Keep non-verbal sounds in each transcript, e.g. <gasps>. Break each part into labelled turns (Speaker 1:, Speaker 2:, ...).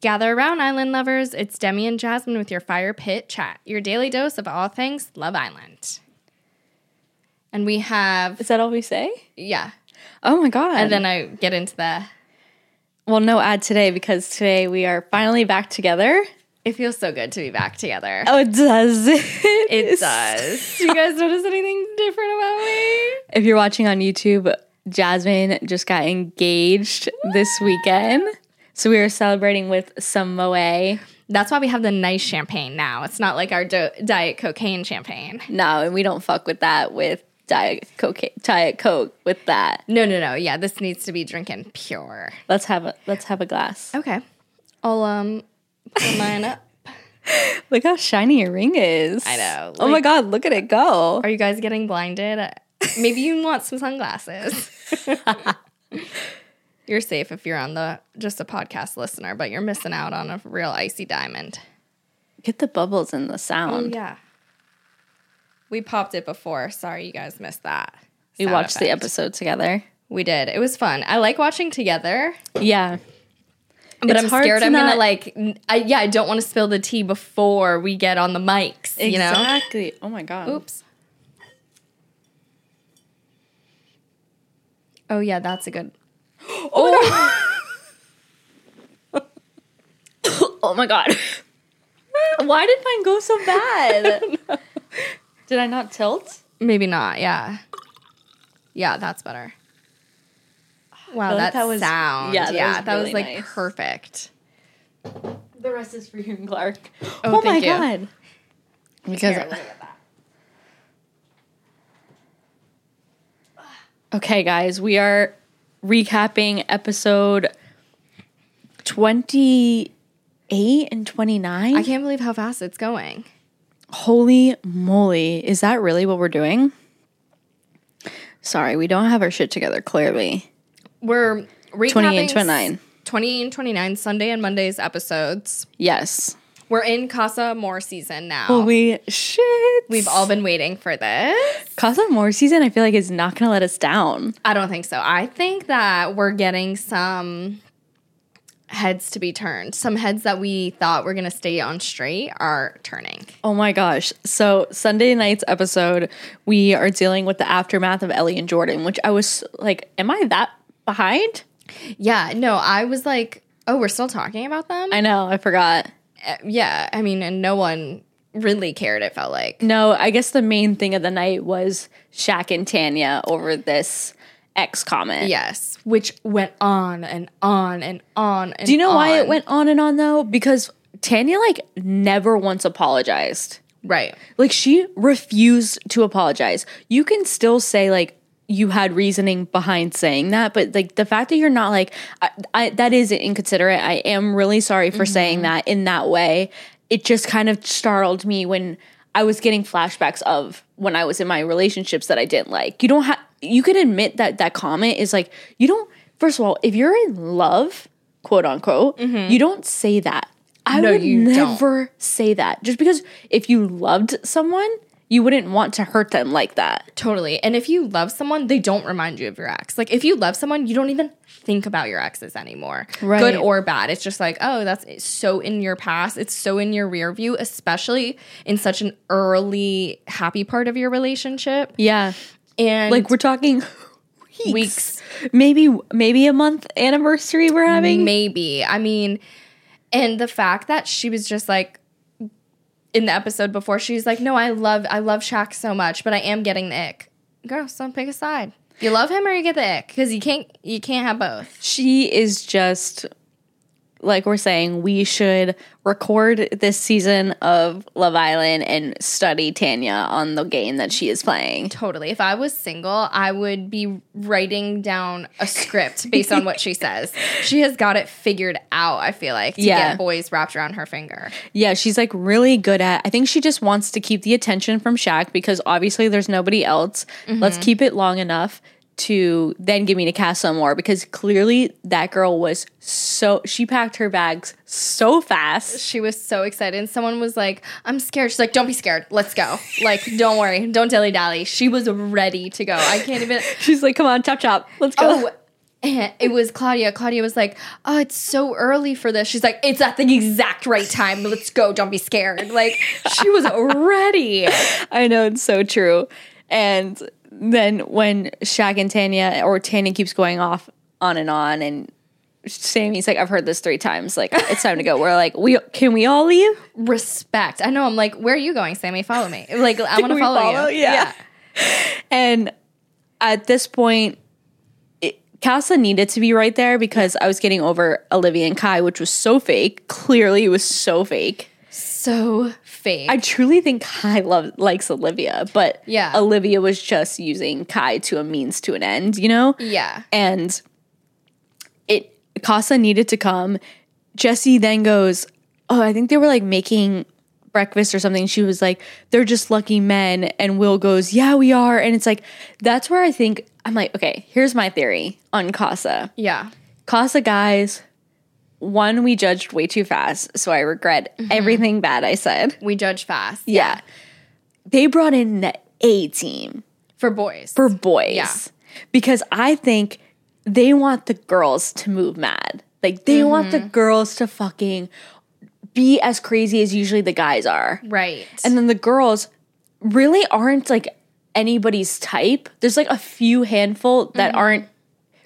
Speaker 1: Gather around, island lovers. It's Demi and Jasmine with your fire pit chat, your daily dose of all things Love Island. And we have,
Speaker 2: Is that all we say?
Speaker 1: yeah.
Speaker 2: Oh my god.
Speaker 1: And then I get into the,
Speaker 2: well, no ad today because today we are finally back together.
Speaker 1: it feels so good to be back together.
Speaker 2: Oh, it does. <laughs>
Speaker 1: It does. Do <laughs> you guys notice anything different about me?
Speaker 2: If you're watching on YouTube, Jasmine just got engaged this weekend. So we are celebrating with some moe.
Speaker 1: That's why we have the nice champagne now. It's not like our do- diet cocaine champagne.
Speaker 2: No, and we don't fuck with that with diet coke. Diet coke with that.
Speaker 1: No, no, no. Yeah, this needs to be drinking pure.
Speaker 2: Let's have a let's have a glass.
Speaker 1: Okay. I'll um pull mine up.
Speaker 2: Look how shiny your ring is.
Speaker 1: I know,
Speaker 2: oh my god, look at it go.
Speaker 1: Are you guys getting blinded? Maybe you want some
Speaker 2: <laughs>
Speaker 1: sunglasses. you're safe if you're on the just a podcast listener, but you're missing out on a real icy diamond.
Speaker 2: Get the bubbles in the sound.
Speaker 1: Yeah. We popped it before. Sorry you guys missed that.
Speaker 2: we
Speaker 1: sound
Speaker 2: watched the
Speaker 1: effect.
Speaker 2: episode together.
Speaker 1: We did. It was fun. I like watching together.
Speaker 2: Yeah.
Speaker 1: But
Speaker 2: It's
Speaker 1: I'm
Speaker 2: hard
Speaker 1: scared
Speaker 2: to
Speaker 1: I'm gonna
Speaker 2: not-
Speaker 1: like, n- I, yeah, I don't want to spill the tea before we get on the mics, you know?
Speaker 2: Exactly. Oh my god.
Speaker 1: Oops. Oh, yeah, that's a good.
Speaker 2: Oh <coughs> my god. <laughs> Why did mine go so <laughs> bad? Did I not tilt?
Speaker 1: Maybe not, yeah. Yeah, that's better. Wow,
Speaker 2: feel
Speaker 1: that,
Speaker 2: like that was-
Speaker 1: sound. Yeah,
Speaker 2: yeah,
Speaker 1: that
Speaker 2: that
Speaker 1: yeah,
Speaker 2: was
Speaker 1: that was
Speaker 2: really
Speaker 1: like
Speaker 2: nice.
Speaker 1: perfect.
Speaker 2: The rest is for you and Clark. Oh, my
Speaker 1: thank you.
Speaker 2: god. Because
Speaker 1: Here, let me get that.
Speaker 2: <sighs> Okay, guys, we are recapping episode 28 and
Speaker 1: I
Speaker 2: 29.
Speaker 1: can't believe how fast it's going.
Speaker 2: Holy moly. Is that really what we're doing? Sorry, we don't have our shit together, clearly.
Speaker 1: We're recapping
Speaker 2: 28 and
Speaker 1: s-
Speaker 2: 29.
Speaker 1: 20 and 29 Sunday and Monday's episodes.
Speaker 2: Yes.
Speaker 1: We're in Casa More season now.
Speaker 2: Holy shit.
Speaker 1: We've all been waiting for this.
Speaker 2: Casa More season, I feel like, is not going to let us down.
Speaker 1: I don't think so. I think that we're getting some heads to be turned. Some heads that we thought were going to stay on straight are turning.
Speaker 2: Oh my gosh. So, Sunday night's episode, we are dealing with the aftermath of Ellie and Jordan, which I was like, am I that behind?
Speaker 1: Yeah, no, I was like, oh, we're still talking about them?
Speaker 2: I know, I forgot.
Speaker 1: Uh, yeah, I mean, and no one really cared, it felt like.
Speaker 2: No, I guess the main thing of the night was Shaq and Tanya over this X comment.
Speaker 1: Yes, which went on and on and on and
Speaker 2: Do you know why it
Speaker 1: on.
Speaker 2: went on and on though? Because Tanya like never once apologized.
Speaker 1: Right.
Speaker 2: Like she refused to apologize. You can still say like you had reasoning behind saying that, but like the fact that you're not like I, I, that is inconsiderate. I am really sorry for
Speaker 1: Mm-hmm.
Speaker 2: saying that in that way. It just kind of startled me when I was getting flashbacks of when I was in my relationships that I didn't like. You don't have you can admit that that comment is like you don't. First of all, if you're in love, quote unquote, you don't say that. I
Speaker 1: Mm-hmm. No,
Speaker 2: would
Speaker 1: you don't.
Speaker 2: never never say that. Just because if you loved someone, you wouldn't want to hurt them like that.
Speaker 1: Totally. And if you love someone, they don't remind you of your ex. Like if you love someone, you don't even think about your exes anymore.
Speaker 2: Right.
Speaker 1: Good or bad. It's just like, oh, that's it's so in your past. It's so in your rear view, especially in such an early happy part of your relationship.
Speaker 2: Yeah.
Speaker 1: And
Speaker 2: Like we're talking <laughs> weeks.
Speaker 1: Weeks.
Speaker 2: Maybe maybe a month anniversary we're
Speaker 1: Mm-hmm.
Speaker 2: having.
Speaker 1: maybe. I mean, and the fact that she was just like in the episode before, she's like, No, I love I love Shaq so much, but I am getting the ick. Girl, so pick a side. You love him or you get the ick? Because you can't you can't have both.
Speaker 2: Mm-hmm. She is just like we're saying we should record this season of Love Island and study Tanya on the game that she is playing.
Speaker 1: Totally. If I was single, I would be writing down a script based on what she <laughs> says. She has got it figured out, I feel like, to
Speaker 2: Yeah.
Speaker 1: get boys wrapped around her finger.
Speaker 2: Yeah, she's like really good at. I think she just wants to keep the attention from Shaq because obviously there's nobody else. Let's keep it long enough to then give me to cast some more because clearly that girl was so she packed her bags
Speaker 1: <laughs>
Speaker 2: so fast.
Speaker 1: She was so excited. And someone was like, I'm scared. She's like, Don't be scared. Let's go. Like, don't worry. Don't dilly dally. She was ready to go. I can't even.
Speaker 2: <laughs> She's like, "Come on, chop chop, let's go."
Speaker 1: Oh, And it was Claudia. Claudia was like, "Oh, it's so early for this." She's like, "It's at the exact right time. Let's go. Don't be scared." Like she was ready.
Speaker 2: <laughs> I know it's so true. And then when Shaq and Tanya or Tanya keeps going off on and on and Sammy's like, I've heard this three times. Like, it's time to go. We're like, we can we all leave?
Speaker 1: Respect. I know. I'm like, "Where are you going, Sammy? Follow me." Like I want to
Speaker 2: we
Speaker 1: follow,
Speaker 2: follow?
Speaker 1: you.
Speaker 2: Yeah. And at this point, it, Casa needed to be right there because I was getting over Olivia and Kai, which was so fake. Clearly, it was so fake.
Speaker 1: So fake.
Speaker 2: I truly think Kai loves likes Olivia, but
Speaker 1: Yeah.
Speaker 2: Olivia was just using Kai to a means to an end, you know?
Speaker 1: yeah.
Speaker 2: And it Casa needed to come. Jesse then goes, Oh, I think they were like making breakfast or something. She was like, They're just lucky men. And Will goes, Yeah, we are. And it's like, that's where I think I'm like, okay, here's my theory on Casa.
Speaker 1: Yeah.
Speaker 2: Casa guys, one, we judged way too fast. So I regret everything bad I said.
Speaker 1: We judge fast
Speaker 2: Yeah. They brought in the A team
Speaker 1: for boys.
Speaker 2: for boys.
Speaker 1: Yeah.
Speaker 2: Because I think they want the girls to move mad. Like they want the
Speaker 1: Mm-hmm.
Speaker 2: girls to fucking be as crazy as usually the guys are.
Speaker 1: right.
Speaker 2: And then the girls really aren't like anybody's type. There's like a few handful that
Speaker 1: Mm-hmm.
Speaker 2: aren't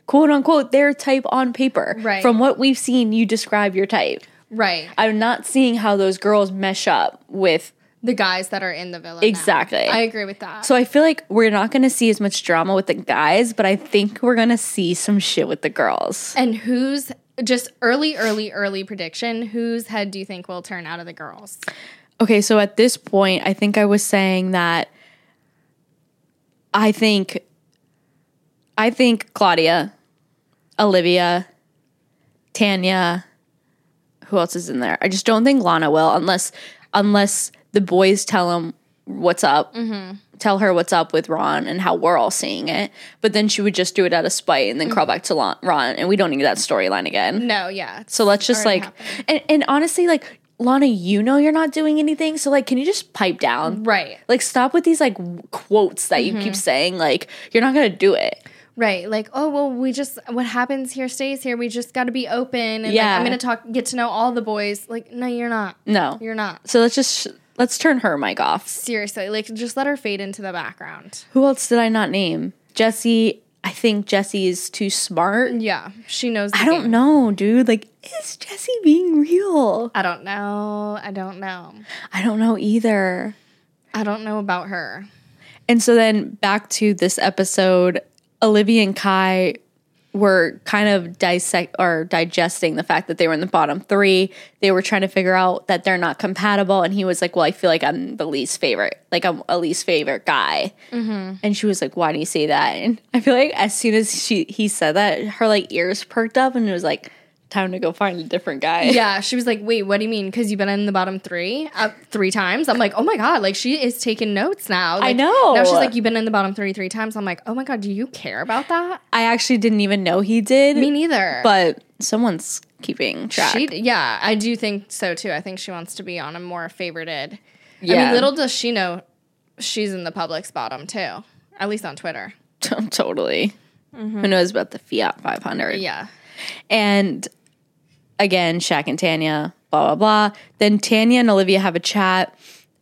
Speaker 2: quote unquote their type on paper.
Speaker 1: Right.
Speaker 2: From what we've seen, you describe your type.
Speaker 1: right.
Speaker 2: I'm not seeing how those girls mesh up with
Speaker 1: the guys that are in the villa. now.
Speaker 2: Exactly.
Speaker 1: I agree with that.
Speaker 2: So I feel like we're not going to see as much drama with the guys, but I think we're going to see some shit with the girls.
Speaker 1: And who's just early, early, early prediction? Whose head do you think will turn out of the girls?
Speaker 2: Okay, so at this point, I think I was saying that I think I think Claudia, Olivia, Tanya, who else is in there? I just don't think Lana will unless unless the boys tell him what's up. Tell her what's up with Ron and how we're all seeing it, but then she would just do it out of spite and then crawl back to Lon- Ron, and we don't need that storyline again.
Speaker 1: No, yeah.
Speaker 2: So let's just
Speaker 1: already
Speaker 2: like, and, and honestly, like Lana, you know you're not doing anything. So like, can you just pipe down?
Speaker 1: right,
Speaker 2: Like, stop with these like w- quotes that
Speaker 1: Mm-hmm.
Speaker 2: you keep saying. Like, you're not gonna do it.
Speaker 1: right. Like, oh well, we just what happens here stays here. We just got to be open. And
Speaker 2: Yeah.
Speaker 1: like, I'm gonna talk, get to know all the boys. Like, no, you're not.
Speaker 2: No.
Speaker 1: You're not.
Speaker 2: So let's just let's turn her mic off.
Speaker 1: Seriously, like just let her fade into the background.
Speaker 2: Who else did I not name? Jesse. I think Jesse is too smart.
Speaker 1: Yeah, she knows. The
Speaker 2: I don't know, dude. Like, is Jesse being real?
Speaker 1: I don't know. I don't know.
Speaker 2: I don't know either.
Speaker 1: I don't know about her.
Speaker 2: And so then back to this episode, Olivia and Kai were kind of dissect or digesting the fact that they were in the bottom three. They were trying to figure out that they're not compatible. And he was like, Well, I feel like I'm the least favorite, like I'm a least favorite guy.
Speaker 1: Mm-hmm.
Speaker 2: And she was like, Why do you say that? And I feel like as soon as she he said that, her like ears perked up and it was like, Time to go find a different guy.
Speaker 1: Yeah, she was like, "Wait, what do you mean? Because you've been in the bottom three uh, three times." I'm like, "Oh my god!" Like she is taking notes now. Like,
Speaker 2: know.
Speaker 1: Now she's like, "You've been in the bottom three three times." I'm like, "Oh my god, do you care about that?"
Speaker 2: I actually didn't even know he did.
Speaker 1: Me neither.
Speaker 2: But someone's keeping track.
Speaker 1: she, yeah, I do think so too. I think she wants to be on a more favorited. I
Speaker 2: Yeah.
Speaker 1: mean, little does she know she's in the public's bottom too. At least on Twitter.
Speaker 2: <laughs> totally. Who knows about the Fiat 500?
Speaker 1: Yeah.
Speaker 2: And again, Shaq and Tanya, blah, blah, blah. Then Tanya and Olivia have a chat.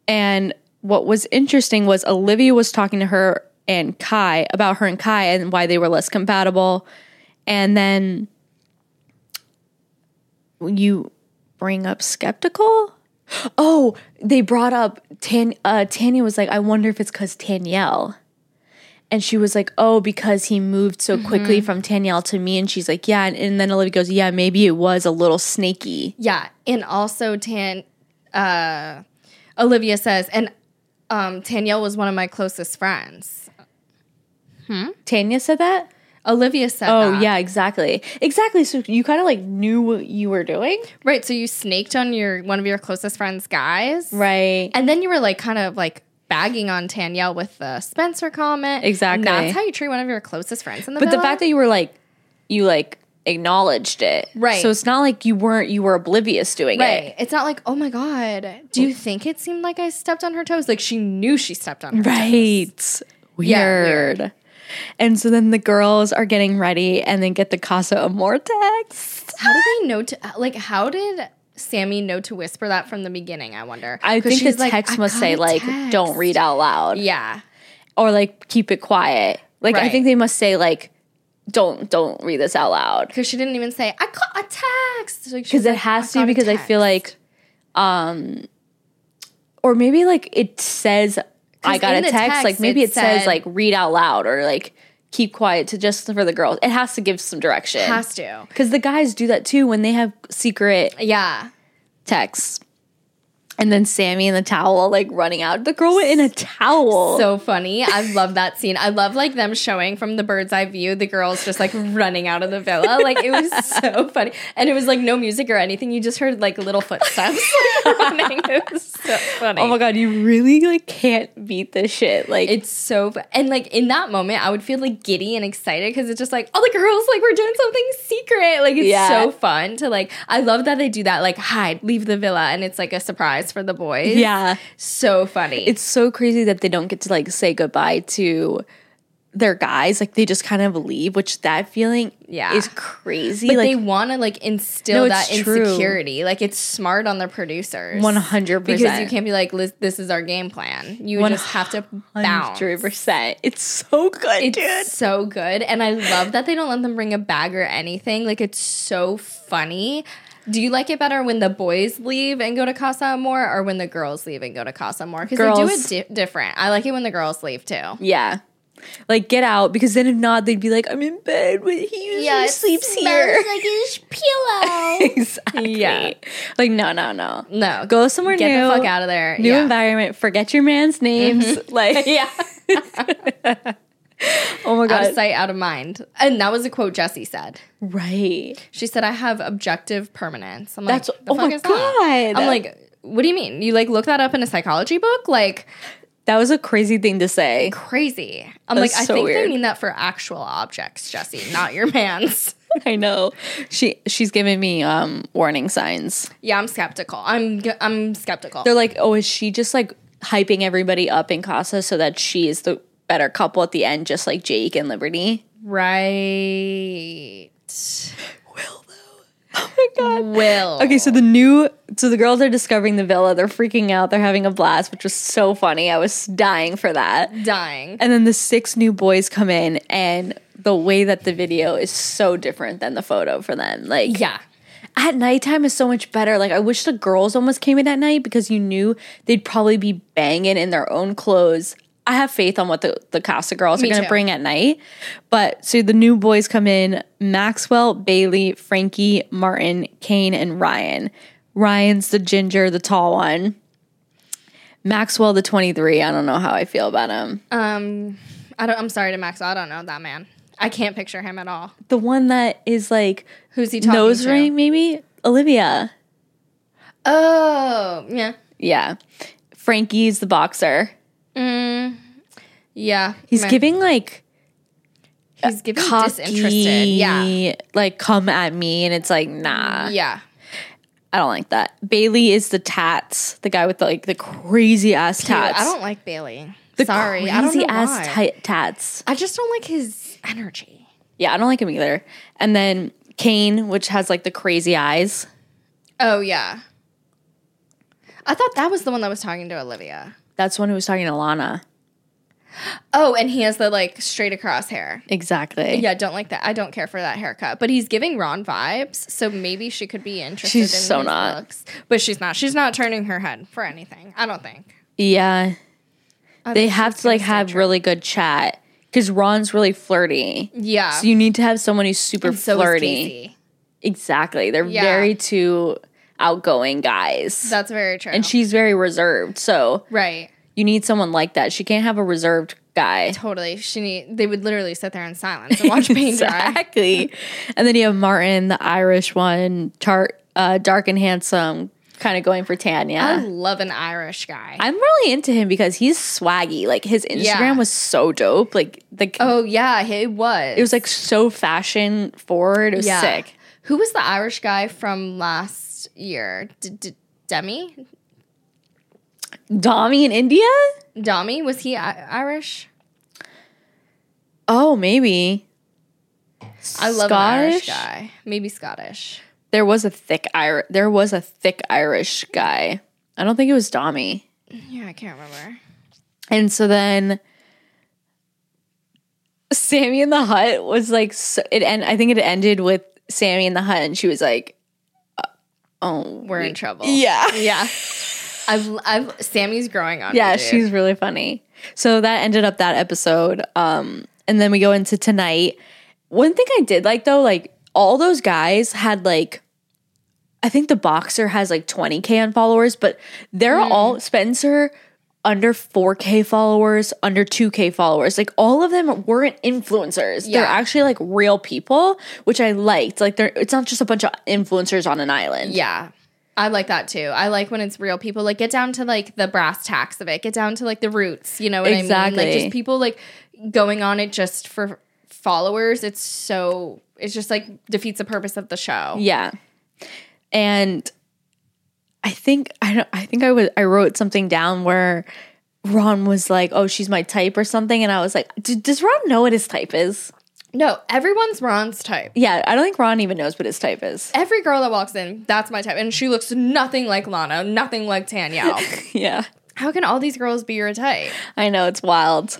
Speaker 2: And what was interesting was Olivia was talking to her and Kai about her and Kai and why they were less compatible. And then you bring up skeptical? <gasps> Oh, they brought up Tan- uh, Tanya was like, I wonder if it's because Tanyelle. And she was like, Oh, because he moved so quickly
Speaker 1: Mm-hmm.
Speaker 2: from Tanyelle to me. And she's like, Yeah. And, and then Olivia goes, Yeah, maybe it was a little snaky.
Speaker 1: Yeah, and also Tan, uh, Olivia says, and um, Tanielle was one of my closest friends.
Speaker 2: Tanya said that?
Speaker 1: Olivia said,
Speaker 2: Oh,
Speaker 1: that.
Speaker 2: yeah, exactly. Exactly. So you kind of like knew what you were doing.
Speaker 1: right." So you snaked on your one of your closest friends' guys,
Speaker 2: Right.
Speaker 1: And then you were like, kind of like bagging on Tanielle with the Spencer comment.
Speaker 2: Exactly.
Speaker 1: And that's how you treat one of your closest friends in the.
Speaker 2: But the fact that you were like, you like acknowledged it.
Speaker 1: Right.
Speaker 2: So it's not like you weren't, you were oblivious doing it.
Speaker 1: right, it's not like, oh my god, do you think it seemed like I stepped on her toes? Like she knew she stepped on her toes.
Speaker 2: Right. Weird.
Speaker 1: Yeah, weird.
Speaker 2: And so then the girls are getting ready and they get the Casa Amor text.
Speaker 1: How did they know to uh, like? How did Sammy know to whisper that from the beginning? I wonder.
Speaker 2: I
Speaker 1: 'Cause
Speaker 2: think the
Speaker 1: she's like,
Speaker 2: text
Speaker 1: "I
Speaker 2: must
Speaker 1: got
Speaker 2: say
Speaker 1: a
Speaker 2: like
Speaker 1: text."
Speaker 2: don't read out loud
Speaker 1: Yeah,
Speaker 2: or like keep it quiet. Like I
Speaker 1: Right.
Speaker 2: think they must say like don't don't read this out loud.
Speaker 1: because she didn't even say I caught a text. Like, she
Speaker 2: because
Speaker 1: was
Speaker 2: it
Speaker 1: like,
Speaker 2: has to
Speaker 1: got a
Speaker 2: because I feel
Speaker 1: text.
Speaker 2: like, um, or maybe like it says I got a
Speaker 1: in the
Speaker 2: text. Like
Speaker 1: text
Speaker 2: maybe
Speaker 1: it
Speaker 2: it, says
Speaker 1: said-
Speaker 2: like read out loud or like keep quiet to just for the girls. It has to give some direction.
Speaker 1: has to.
Speaker 2: because the guys do that too when they have secret
Speaker 1: Yeah,
Speaker 2: texts. And then Sammy and the towel like running out. The girl went in a towel.
Speaker 1: so funny. I love that scene. I love like them showing from the bird's eye view the girls just like running out of the villa. Like it
Speaker 2: <laughs>
Speaker 1: was so funny, and it was like no music or anything. You just heard like little footsteps <laughs> like, running. It was so funny.
Speaker 2: oh my god, you really like can't beat this shit. Like
Speaker 1: It's so fu- and like in that moment, I would feel like giddy and excited because it's just like all the girls like we're doing something secret. Like it's
Speaker 2: Yeah.
Speaker 1: so fun to like. I love that they do that. Like hide, leave the villa, and it's like a surprise for the boys.
Speaker 2: yeah.
Speaker 1: so funny.
Speaker 2: it's so crazy that they don't get to like say goodbye to their guys like they just kind of leave which that feeling
Speaker 1: Yeah.
Speaker 2: is crazy
Speaker 1: but they
Speaker 2: like
Speaker 1: want to like instill
Speaker 2: No,
Speaker 1: that
Speaker 2: it's true.
Speaker 1: insecurity. Like it's smart on the producers.
Speaker 2: 100%
Speaker 1: because you can't be like "Lis- this is our game plan. You just have to bounce.
Speaker 2: 100% it's so good
Speaker 1: It's
Speaker 2: dude
Speaker 1: so good. And I love that they don't let them bring a bag or anything. Like, it's so funny. Do you like it better when the boys leave and go to Casa Amor or when the girls leave and go to Casa Amor? Because they do
Speaker 2: Girls.
Speaker 1: it di- different. I like it when the girls leave too.
Speaker 2: yeah like get out because then if not they'd be like i'm in bed with he usually sleeps here
Speaker 1: like his pillow.
Speaker 2: <laughs> exactly
Speaker 1: Yeah.
Speaker 2: like no no no
Speaker 1: no, go
Speaker 2: go somewhere
Speaker 1: get
Speaker 2: new
Speaker 1: the fuck out of there.
Speaker 2: new
Speaker 1: yeah. Mm-hmm.
Speaker 2: environment forget your man's names like
Speaker 1: <laughs> Yeah.
Speaker 2: <laughs> oh my
Speaker 1: out of
Speaker 2: god
Speaker 1: sight, out of mind. And that was a quote Jesse said.
Speaker 2: right
Speaker 1: She said, "I have objective permanence." I'm
Speaker 2: That's-
Speaker 1: like, the
Speaker 2: oh
Speaker 1: fuck
Speaker 2: my
Speaker 1: is that?
Speaker 2: God.
Speaker 1: I'm like, what do you mean? You like look that up in a psychology book? Like
Speaker 2: that was a crazy thing to say <laughs>
Speaker 1: crazy. I'm
Speaker 2: That's
Speaker 1: like, I
Speaker 2: so
Speaker 1: think
Speaker 2: weird.
Speaker 1: they mean that for actual objects, Jesse, not your <laughs> man's.
Speaker 2: I know. She she's giving me um warning signs.
Speaker 1: yeah, I'm skeptical. I'm g- I'm skeptical.
Speaker 2: They're like, "Oh, is she just like hyping everybody up in Casa so that she is the better couple at the end just like Jake and Liberty?" <laughs>
Speaker 1: right.
Speaker 2: Will though. Oh my god.
Speaker 1: Will.
Speaker 2: Okay, so the new so the girls are discovering the villa. They're freaking out. They're having a blast, which was so funny. I was dying for that.
Speaker 1: dying.
Speaker 2: And then the six new boys come in and the way that the video is so different than the photo for them. Like
Speaker 1: Yeah.
Speaker 2: at nighttime is so much better. Like I wish the girls almost came in at night because you knew they'd probably be banging in their own clothes. I have faith on what the, the Casa girls are
Speaker 1: Me
Speaker 2: going to
Speaker 1: too.
Speaker 2: bring at night. But so the new boys come in Maxwell, Bailey, Frankie, Martin, Kane, and Ryan. Ryan's the ginger, the tall one. Maxwell, the 23. I don't know how I feel about him.
Speaker 1: Um, I don't. I'm sorry to Max. I don't know that man. I can't picture him at all.
Speaker 2: the one that is like
Speaker 1: Who's he talking
Speaker 2: nose
Speaker 1: to?
Speaker 2: ring, maybe? Olivia.
Speaker 1: Oh, yeah.
Speaker 2: Yeah. Frankie's the boxer.
Speaker 1: Mm, Yeah.
Speaker 2: He's
Speaker 1: Meh.
Speaker 2: giving like
Speaker 1: He's giving
Speaker 2: cocky,
Speaker 1: disinterested. Yeah.
Speaker 2: like come at me, and it's like nah,
Speaker 1: Yeah.
Speaker 2: I don't like that. Bailey is the tats, the guy with the, like the crazy ass
Speaker 1: Dude,
Speaker 2: tats.
Speaker 1: I don't like Bailey.
Speaker 2: the
Speaker 1: Sorry, I don't
Speaker 2: crazy
Speaker 1: know
Speaker 2: ass
Speaker 1: why.
Speaker 2: ti- tats.
Speaker 1: I just don't like his energy.
Speaker 2: Yeah, I don't like him either. And then Kane, which has like the crazy eyes.
Speaker 1: Oh yeah. I thought that was the one that was talking to Olivia.
Speaker 2: That's the one who was talking to Lana.
Speaker 1: Oh, and he has the like straight across hair.
Speaker 2: Exactly.
Speaker 1: Yeah, don't like that. I don't care for that haircut. But he's giving Ron vibes, so maybe she could be interested
Speaker 2: She's
Speaker 1: in
Speaker 2: so
Speaker 1: his
Speaker 2: not.
Speaker 1: looks. But she's not. She's not turning her head for anything. I don't think.
Speaker 2: Yeah.
Speaker 1: I
Speaker 2: They
Speaker 1: think
Speaker 2: have
Speaker 1: she's
Speaker 2: to like
Speaker 1: gonna stay
Speaker 2: have
Speaker 1: true.
Speaker 2: really good chat because Ron's really flirty.
Speaker 1: Yeah.
Speaker 2: So you need to have someone who's super
Speaker 1: And so is
Speaker 2: flirty.
Speaker 1: Casey.
Speaker 2: Exactly. They're
Speaker 1: Yeah.
Speaker 2: very two outgoing guys.
Speaker 1: That's very true.
Speaker 2: and she's very reserved. So
Speaker 1: right.
Speaker 2: you need someone like that. She can't have a reserved guy.
Speaker 1: Totally. She need, they would literally sit there in silence and
Speaker 2: <laughs>
Speaker 1: watch paint dry.
Speaker 2: exactly. and then you have Martin, the Irish one, tar- uh, dark and handsome, kind of going for Tanya.
Speaker 1: I love an Irish guy.
Speaker 2: I'm really into him because he's swaggy. Like his Instagram
Speaker 1: Yeah.
Speaker 2: was so dope. Like the
Speaker 1: oh yeah, it was.
Speaker 2: it was like so fashion forward. It was sick.
Speaker 1: Who was the Irish guy from last year? D- D- Demi?
Speaker 2: Dommy in India?
Speaker 1: Dami? Was he I- Irish?
Speaker 2: Oh, maybe.
Speaker 1: I love an Irish guy. Maybe Scottish.
Speaker 2: There was a thick Irish. There was a thick Irish guy. I don't think it was Dommy.
Speaker 1: Yeah, I can't remember.
Speaker 2: And so then Sammy in the Hut was like so, it and I think it ended with Sammy in the Hut and she was like uh, oh
Speaker 1: We're in trouble.
Speaker 2: yeah.
Speaker 1: Yeah. I've, I've, Sammy's growing on. me,
Speaker 2: Yeah,
Speaker 1: dude.
Speaker 2: she's really funny. So that ended up that episode. Um, and then we go into tonight. One thing I did like though, like all those guys had like, I think the boxer has like 20k on followers, but they're
Speaker 1: Mm.
Speaker 2: all Spencer under 4k followers, under 2k followers. Like all of them weren't influencers.
Speaker 1: Yeah.
Speaker 2: They're actually like real people, which I liked. Like they're it's not just a bunch of influencers on an island.
Speaker 1: Yeah. I like that too. I like when it's real people. Like get down to like the brass tacks of it. Get down to like the roots. You know what I mean? Like
Speaker 2: Exactly.
Speaker 1: just people like going on it just for followers. It's so it's just like defeats the purpose of the show.
Speaker 2: Yeah. And I think I don't I think I was I wrote something down where Ron was like, "Oh, she's my type" or something, and I was like, D- "Does Ron know what his type is?"
Speaker 1: No, everyone's Ron's type.
Speaker 2: Yeah, I don't think Ron even knows what his type is.
Speaker 1: Every girl that walks in, that's my type. And she looks nothing like Lana, nothing like
Speaker 2: <laughs>
Speaker 1: Tanya.
Speaker 2: yeah,
Speaker 1: How can all these girls be your type?
Speaker 2: I know it's wild.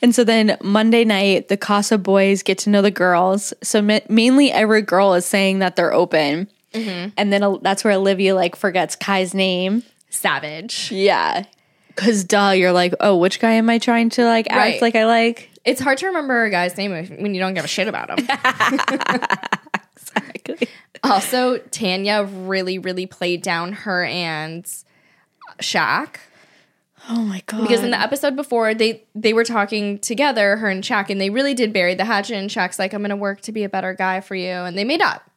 Speaker 2: And so then Monday night, the Casa boys get to know the girls. So ma- mainly every girl is saying that they're open, and then uh, that's where Olivia like forgets Kai's name.
Speaker 1: Savage.
Speaker 2: Yeah. Cause duh, you're like, oh, which guy am I trying to like act
Speaker 1: Right.
Speaker 2: like I like? <laughs>
Speaker 1: It's hard to remember a guy's name if- when you don't give a shit about him.
Speaker 2: Exactly.
Speaker 1: also, Tanya really, really played down her and Shaq.
Speaker 2: Oh my god.
Speaker 1: Because in the episode before, they they were talking together, her and Shaq, and they really did bury the hatchet. And Shaq's like, "I'm gonna work to be a better guy for you," and they made up.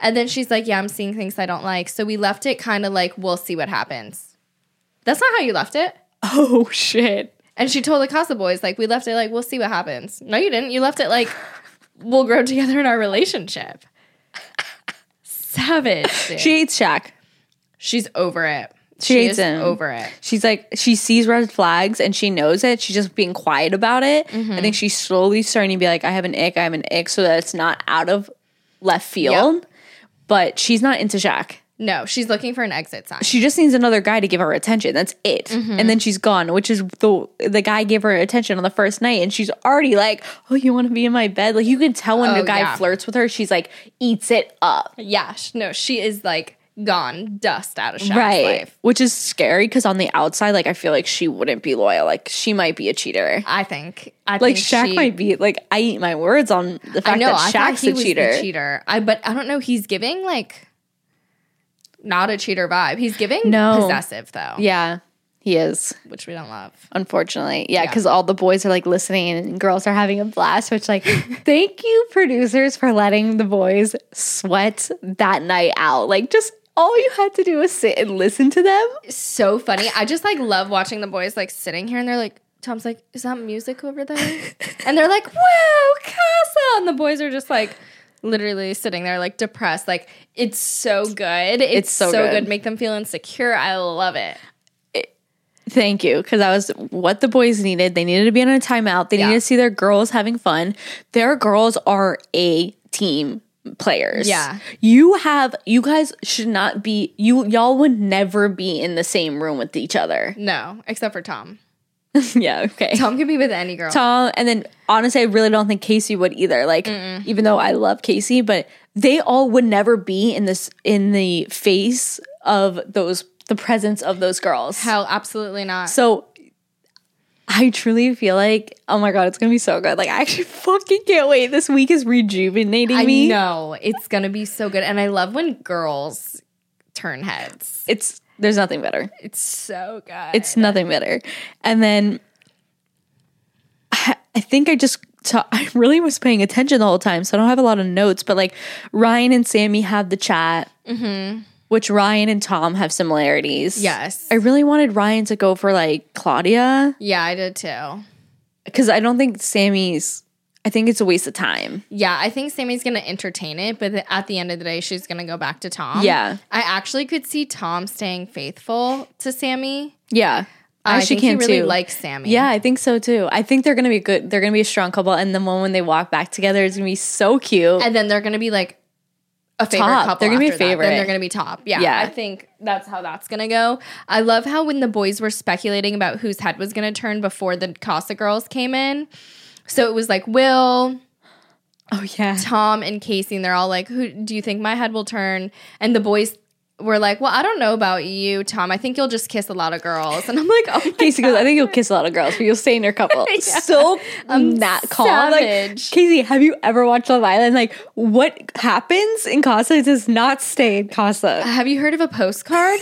Speaker 1: And then she's like, "Yeah, I'm seeing things I don't like." So we left it kind of like, "We'll see what happens." That's not how you left it.
Speaker 2: <laughs> oh shit.
Speaker 1: And she told the Casa boys, "Like we left it like, we'll see what happens." No, you didn't. You left it like, "We'll grow together in our relationship." <laughs> Savage. dude.
Speaker 2: She hates Shaq.
Speaker 1: she's over it.
Speaker 2: She
Speaker 1: is
Speaker 2: hates him.
Speaker 1: Over it.
Speaker 2: She's like she sees red flags and she knows it. She's just being quiet about it. I think she's slowly starting to be like, I have an ick, I have an ick, so that it's not out of left field. But she's not into Shaq.
Speaker 1: No, she's looking for an exit sign.
Speaker 2: She just needs another guy to give her attention. That's it.
Speaker 1: Mm-hmm.
Speaker 2: And then she's gone, which is the the guy gave her attention on the first night, and she's already like, "Oh, you want to be in my bed?" Like you can tell when
Speaker 1: Oh,
Speaker 2: the guy
Speaker 1: yeah.
Speaker 2: flirts with her, she's like eats it up,
Speaker 1: Yeah, sh- no, she is like gone dust out of Shaq's life.
Speaker 2: Which is scary because on the outside, like I feel like she wouldn't be loyal. Like she might be a cheater.
Speaker 1: I think. I
Speaker 2: Like
Speaker 1: think
Speaker 2: Shaq
Speaker 1: she,
Speaker 2: might be. Like I eat my words on the fact
Speaker 1: I know. I
Speaker 2: that
Speaker 1: thought
Speaker 2: Shaq's
Speaker 1: he
Speaker 2: a
Speaker 1: was
Speaker 2: cheater.
Speaker 1: the cheater. I but I don't know. He's giving like not a cheater vibe. He's giving
Speaker 2: No.
Speaker 1: possessive though,
Speaker 2: Yeah, he is.
Speaker 1: which we don't love.
Speaker 2: Unfortunately, yeah, because all the boys are like listening and girls are having a blast. Which, <laughs> like, thank you producers for letting the boys sweat that night out. Like, just all you had to do was sit and listen to them.
Speaker 1: So funny. I just like love watching the boys like sitting here and they're like. Tom's like, is that music over
Speaker 2: <laughs>
Speaker 1: there? and they're like, whoa, Casa. And the boys are just like literally sitting there, like depressed. Like, it's so good. It's,
Speaker 2: so
Speaker 1: so
Speaker 2: good.
Speaker 1: good. Make them feel insecure. I love it.
Speaker 2: Thank you, because that was what the boys needed. They needed to be on a timeout. They
Speaker 1: Yeah.
Speaker 2: needed to see their girls having fun. Their girls are a team players.
Speaker 1: Yeah.
Speaker 2: you have you guys should not be you y'all would never be in the same room with each other. <laughs>
Speaker 1: No, except for Tom.
Speaker 2: yeah, okay.
Speaker 1: Tom can be with any girl.
Speaker 2: Tom, and then honestly, I really don't think Casey would either. Like, even though I love Casey, but they all would never be in this in the face of those the presence of those girls.
Speaker 1: Hell, absolutely not.
Speaker 2: So I truly feel like, oh my god, it's gonna be so good. Like I <laughs> actually fucking can't wait. This week is rejuvenating
Speaker 1: I
Speaker 2: me.
Speaker 1: know it's gonna be so good, and I love when girls turn heads.
Speaker 2: It's there's nothing better.
Speaker 1: It's so good.
Speaker 2: It's nothing better. And then I, I think I just ta- <laughs> I really was paying attention the whole time, so I don't have a lot of notes. But like Ryan and Sammy have the chat, which Ryan and Tom have similarities.
Speaker 1: Mm-hmm. yes,
Speaker 2: I really wanted Ryan to go for like Claudia
Speaker 1: yeah, I did too.
Speaker 2: because I don't think Sammy's. I think it's a waste of time.
Speaker 1: Yeah, I think Sammy's gonna entertain it, but at the end of the day, she's gonna go back to Tom.
Speaker 2: Yeah.
Speaker 1: I actually could see Tom staying faithful to Sammy.
Speaker 2: Yeah. I actually
Speaker 1: think he
Speaker 2: can
Speaker 1: really
Speaker 2: too.
Speaker 1: likes Sammy.
Speaker 2: Yeah, I think so too. I think they're gonna be good. They're gonna be a strong couple, and the moment when they walk back together, it's gonna be so cute.
Speaker 1: and then they're gonna be like a favorite
Speaker 2: Top.
Speaker 1: couple.
Speaker 2: They're gonna be
Speaker 1: after that.
Speaker 2: favorite.
Speaker 1: Then they're gonna be top. Yeah,
Speaker 2: Yeah.
Speaker 1: I think that's how that's gonna go. I love how when the boys were speculating about whose head was gonna turn before the Casa girls came in. So it was like Will,
Speaker 2: oh yeah,
Speaker 1: Tom, and Casey, and they're all like, "Who do you think my head will turn?" And the boys were like, "Well, I don't know about you, Tom. I think you'll just kiss a lot of girls." And I'm like, "Oh my
Speaker 2: Casey goes. I think you'll kiss a lot of girls, but you'll stay in your <laughs> couple. So I'm not calm. Like,
Speaker 1: savage.
Speaker 2: Casey, have you ever watched Love Island? Like, what happens in Casa does not stay in Casa.
Speaker 1: Have you heard of a postcard?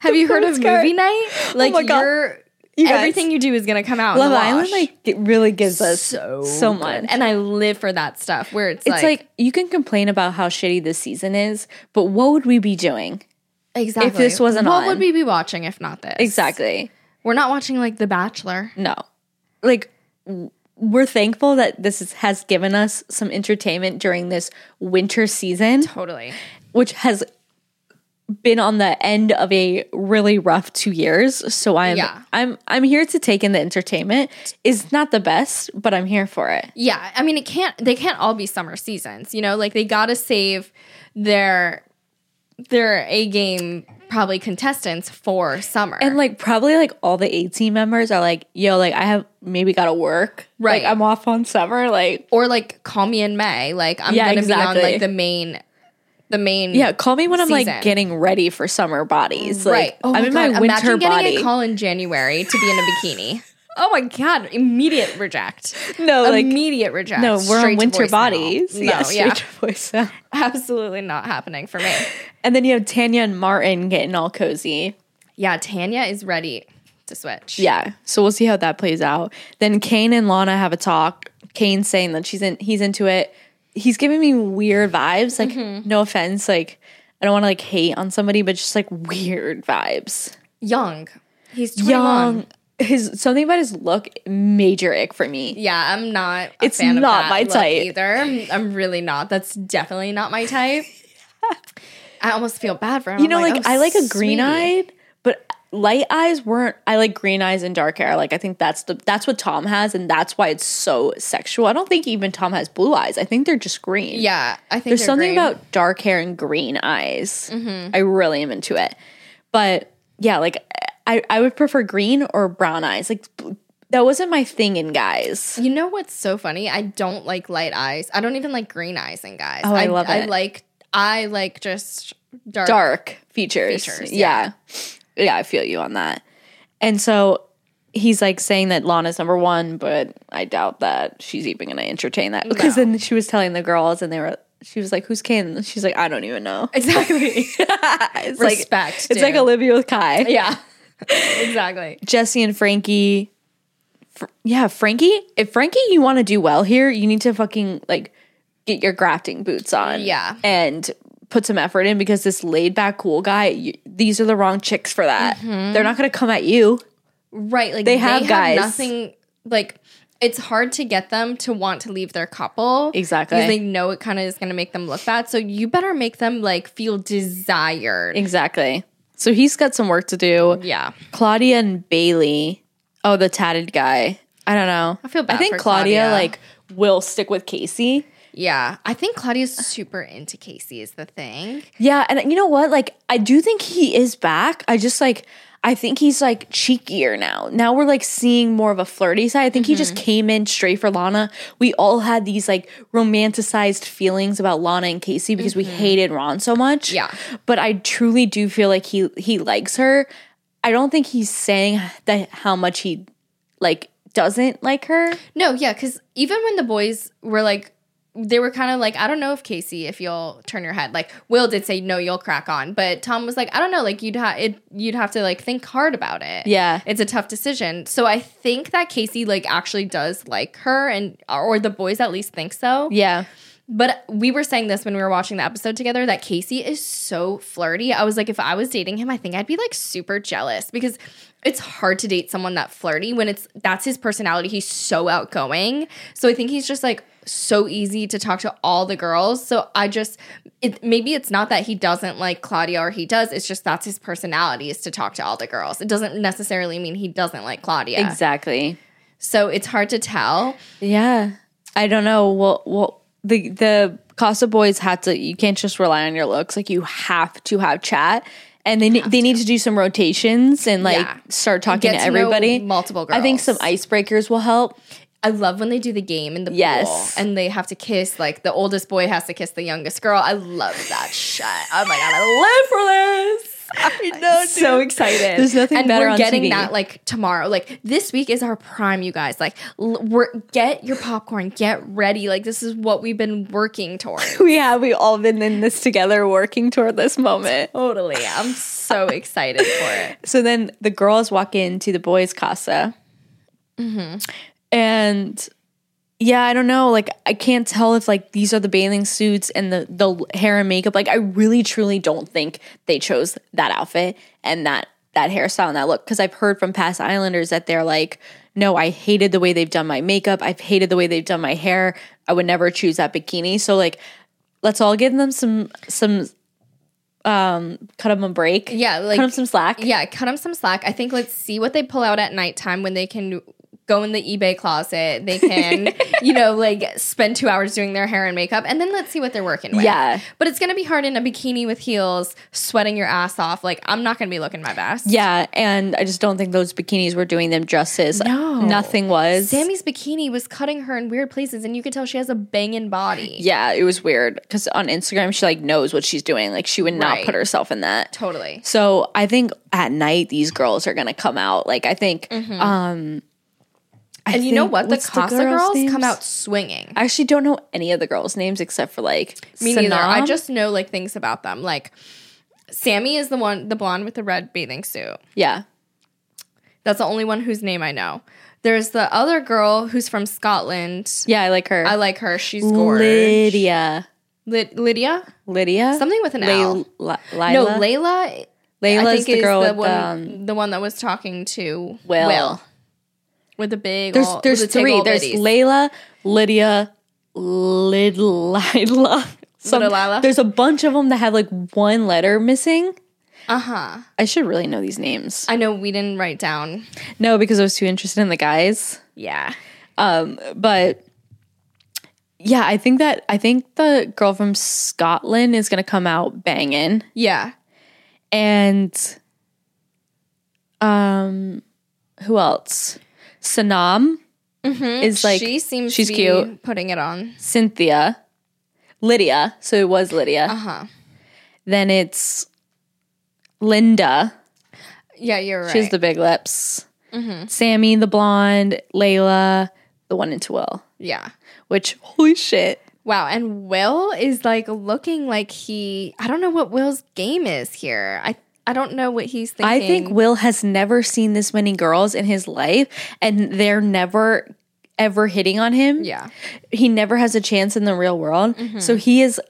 Speaker 1: Have you heard of
Speaker 2: postcard. Oh
Speaker 1: movie night? Like
Speaker 2: my God.
Speaker 1: your
Speaker 2: You guys-
Speaker 1: everything you do is gonna come out. in
Speaker 2: Love
Speaker 1: the
Speaker 2: Island
Speaker 1: wash.
Speaker 2: like it really gives us Oh so,
Speaker 1: good.
Speaker 2: much.
Speaker 1: and I live for that stuff. Where it's,
Speaker 2: it's like, you can complain about how shitty this season is, but what would we be doing?
Speaker 1: exactly
Speaker 2: this wasn't
Speaker 1: what
Speaker 2: on.
Speaker 1: would we be watching if not this?
Speaker 2: Exactly.
Speaker 1: We're not watching like The Bachelor.
Speaker 2: No. Like w- we're thankful that this is, has given us some entertainment during this winter season,
Speaker 1: Totally.
Speaker 2: which has been on the end of a really rough 2 years. So I'm
Speaker 1: Yeah.
Speaker 2: I'm I'm here to take in the entertainment. It's not the best, but I'm here for it.
Speaker 1: Yeah, I mean, it can't. They can't all be summer seasons. You know, like they gotta save their their a game probably contestants for summer.
Speaker 2: And like probably like all the A team members are like, "Yo, like I have maybe got to work.
Speaker 1: Right.
Speaker 2: Like I'm off on summer like
Speaker 1: or like call me in May. Like I'm
Speaker 2: Yeah,
Speaker 1: gonna
Speaker 2: exactly.
Speaker 1: be on like the main, the main.
Speaker 2: yeah, call me when I'm like
Speaker 1: Season.
Speaker 2: getting ready for summer bodies. Like
Speaker 1: right. Oh
Speaker 2: I'm
Speaker 1: my
Speaker 2: in
Speaker 1: god!
Speaker 2: my winter
Speaker 1: Imagine getting
Speaker 2: body.
Speaker 1: a call in January to be in a
Speaker 2: <laughs>
Speaker 1: bikini. oh my god! Immediate <laughs> reject.
Speaker 2: no, like
Speaker 1: Immediate reject.
Speaker 2: No, we're
Speaker 1: Straight
Speaker 2: on
Speaker 1: to
Speaker 2: winter
Speaker 1: voicemail.
Speaker 2: bodies.
Speaker 1: No,
Speaker 2: <laughs> yeah,
Speaker 1: yeah,
Speaker 2: straight to voicemail.
Speaker 1: <laughs> absolutely not happening for me.
Speaker 2: And then you have Tanya and Martin getting all cozy.
Speaker 1: Yeah, Tanya is ready to switch.
Speaker 2: Yeah. So we'll see how that plays out. Then Kane and Lana have a talk. Kane saying that she's in he's into it. He's giving me weird vibes. Like no offense, like I don't want to like hate on somebody, but just like weird vibes.
Speaker 1: young. He's 21.
Speaker 2: Young. His something about his look major ick for me.
Speaker 1: Yeah, I'm not. A
Speaker 2: It's
Speaker 1: fan of
Speaker 2: not
Speaker 1: that
Speaker 2: my
Speaker 1: look
Speaker 2: type.
Speaker 1: either. I'm, I'm really not. That's definitely not my type.
Speaker 2: <laughs>
Speaker 1: I almost feel bad for him. "Oh,
Speaker 2: You know, like, I like a green eyed, but light eyes weren't. I like green eyes and dark hair. Like I think that's the that's what Tom has, and that's why it's so sexual. I don't think even Tom has blue eyes. I think they're just green.
Speaker 1: Yeah, I think
Speaker 2: there's
Speaker 1: they're
Speaker 2: something
Speaker 1: green.
Speaker 2: about dark hair and green eyes. I really am into it, but yeah, like I I would prefer green or brown eyes. Like bl- that wasn't my thing in guys.
Speaker 1: You know what's so funny? I don't like light eyes. I don't even like green eyes in guys.
Speaker 2: Oh, I love
Speaker 1: I
Speaker 2: it.
Speaker 1: like I like just dark.
Speaker 2: dark features.
Speaker 1: Features,
Speaker 2: yeah. yeah. I feel you on that. And so he's like saying that Lana's number one, but I doubt that she's even going to entertain that because then she was telling the girls and they were, she was like, who's Kane? She's like, I don't even
Speaker 1: <laughs>
Speaker 2: know. <laughs>
Speaker 1: Exactly.
Speaker 2: it's like,
Speaker 1: Respect,
Speaker 2: it's like
Speaker 1: dude.
Speaker 2: Olivia with Kai.
Speaker 1: yeah. exactly.
Speaker 2: Jesse and Frankie. Fr- yeah, Frankie, if Frankie, you want to do well here, you need to fucking like get your grafting boots on.
Speaker 1: Yeah.
Speaker 2: And put some effort in because this laid back cool guy, you, these are the wrong chicks for that.
Speaker 1: Mm-hmm.
Speaker 2: They're not going to come at you.
Speaker 1: Right. Like they
Speaker 2: have guys.
Speaker 1: nothing like it's hard to get them to want to leave their couple.
Speaker 2: Exactly.
Speaker 1: Because they know it kind of is going to make them look bad. So you better make them like feel desired.
Speaker 2: Exactly. So he's got some work to do.
Speaker 1: Yeah.
Speaker 2: Claudia and Bailey. Oh, the tatted guy. I don't know. I
Speaker 1: feel bad
Speaker 2: I think
Speaker 1: for
Speaker 2: Claudia,
Speaker 1: Claudia.
Speaker 2: like will stick with Casey.
Speaker 1: Yeah. I think Claudia's super into Casey is the thing.
Speaker 2: Yeah, and you know what? Like, I do think he is back. I just like, I think he's like cheekier now. Now we're like seeing more of a flirty side. I think he just came in straight for Lana. We all had these like romanticized feelings about Lana and Casey because we hated Ron so much.
Speaker 1: Yeah.
Speaker 2: but I truly do feel like he he likes her. I don't think he's saying that how much he like doesn't like her.
Speaker 1: No, yeah, because even when the boys were like, they were kind of like, I don't know if Casey, if you'll turn your head. Like Will did say, no, you'll crack on, but Tom was like, I don't know, like you'd have it, you'd have to like think hard about it.
Speaker 2: Yeah.
Speaker 1: it's a tough decision. So I think that Casey like actually does like her, and or the boys at least think so.
Speaker 2: Yeah,
Speaker 1: But we were saying this when we were watching the episode together that Casey is so flirty. I was like, if I was dating him, I think I'd be like super jealous because it's hard to date someone that flirty when it's that's his personality. He's so outgoing. So I think he's just like so easy to talk to all the girls. So I just it, maybe it's not that he doesn't like Claudia or he does. It's just that's his personality is to talk to all the girls. It doesn't necessarily mean he doesn't like Claudia.
Speaker 2: Exactly.
Speaker 1: So it's hard to tell.
Speaker 2: Yeah. I don't know. Well, well, the the Casa boys had to. You can't just rely on your looks. Like you have to have chat, and they ne- they need to do some rotations and like
Speaker 1: Yeah.
Speaker 2: start talking
Speaker 1: Get
Speaker 2: to
Speaker 1: to know
Speaker 2: everybody.
Speaker 1: multiple
Speaker 2: I think some
Speaker 1: girls.
Speaker 2: icebreakers will help.
Speaker 1: I love when they do the game in the
Speaker 2: Yes.
Speaker 1: pool and they have to kiss like the oldest boy has to kiss the youngest girl. I love <sighs> that shit. Oh my god, I live for this.
Speaker 2: <laughs> I know.
Speaker 1: so excited.
Speaker 2: There's nothing
Speaker 1: and
Speaker 2: better
Speaker 1: We're
Speaker 2: on
Speaker 1: getting
Speaker 2: TV.
Speaker 1: that like tomorrow. Like this week is our prime, you guys. Like l- we're get your popcorn, get ready. Like this is what we've been working toward.
Speaker 2: we have we all been in this together, working toward this moment.
Speaker 1: totally, I'm <laughs> so excited for it.
Speaker 2: So then the girls walk into the boys' casa.
Speaker 1: Mm-hmm.
Speaker 2: And yeah, I don't know. Like, I can't tell if like these are the bathing suits and the the hair and makeup. Like, I really truly don't think they chose that outfit and that that hairstyle and that look because I've heard from past Islanders that they're like, no, I hated the way they've done my makeup. I've hated the way they've done my hair. I would never choose that bikini. So like, let's all give them some some um cut them a break.
Speaker 1: Yeah, like-
Speaker 2: cut them some slack.
Speaker 1: Yeah, cut them some slack. I think let's see what they pull out at nighttime when they can go in the eBay closet. They
Speaker 2: <laughs>
Speaker 1: can, you know, like spend two hours doing their hair and makeup, and then let's see what they're working with.
Speaker 2: Yeah.
Speaker 1: but it's gonna be hard in a bikini with heels, sweating your ass off. Like I'm not gonna be looking my best.
Speaker 2: Yeah, and I just don't think those bikinis were doing them justice.
Speaker 1: No.
Speaker 2: Nothing was.
Speaker 1: Sammy's bikini was cutting her in weird places, and you could tell she has a banging body.
Speaker 2: yeah, it was weird because on Instagram she like knows what she's doing. Like she would not
Speaker 1: Right.
Speaker 2: put herself in that.
Speaker 1: Totally.
Speaker 2: So I think at night these girls are gonna come out. Like I think, um, I
Speaker 1: Mm-hmm. and you know
Speaker 2: think-
Speaker 1: what? The
Speaker 2: what's
Speaker 1: Casa girls
Speaker 2: names? Uh,
Speaker 1: come out swinging.
Speaker 2: I actually don't know any of the girls' names except for like
Speaker 1: Me neither. I
Speaker 2: Sanam?
Speaker 1: just know like things about them. Like Sammy is the one, the blonde with the red bathing suit.
Speaker 2: yeah.
Speaker 1: That's the only one whose name I know. There's the other girl who's from Scotland.
Speaker 2: Yeah, I like her.
Speaker 1: I like her. She's gorgeous.
Speaker 2: Lydia.
Speaker 1: Lyd- Lydia?
Speaker 2: Lydia.
Speaker 1: Something with an
Speaker 2: Lay-
Speaker 1: L.
Speaker 2: Li-
Speaker 1: No,
Speaker 2: Lila.
Speaker 1: Layla.
Speaker 2: Layla's the girl with
Speaker 1: one,
Speaker 2: um,
Speaker 1: the one that was talking to
Speaker 2: Will.
Speaker 1: Will. With the big.
Speaker 2: There's
Speaker 1: ol-
Speaker 2: there's
Speaker 1: with the big
Speaker 2: three.
Speaker 1: ol'
Speaker 2: There's
Speaker 1: bitties.
Speaker 2: Layla, Lydia, Lid Lila. Some-
Speaker 1: Little Lila?
Speaker 2: There's a bunch of them that have like one letter missing.
Speaker 1: Uh-huh.
Speaker 2: I should really know these names.
Speaker 1: I know we didn't write down.
Speaker 2: No, because I was too interested in the guys.
Speaker 1: Yeah.
Speaker 2: But yeah, I think that I think the girl from Scotland is gonna come out banging.
Speaker 1: Yeah.
Speaker 2: And um who else? Sanam is like
Speaker 1: she seems
Speaker 2: Mm-hmm. she's
Speaker 1: to be
Speaker 2: cute.
Speaker 1: putting it on.
Speaker 2: Cynthia, Lydia. So it was Lydia.
Speaker 1: Uh-huh.
Speaker 2: Then it's Linda.
Speaker 1: Yeah, you're right. Mm-hmm.
Speaker 2: She has the big lips. Sammy, the blonde. Layla, the one into Will.
Speaker 1: yeah.
Speaker 2: Which holy shit.
Speaker 1: Wow, and Will is like looking like he I don't know what Will's game is here. I I don't know what he's thinking.
Speaker 2: I think Will has never seen this many girls in his life, and they're never ever hitting on him.
Speaker 1: yeah. Mm-hmm.
Speaker 2: He never has a chance in the real world. So he is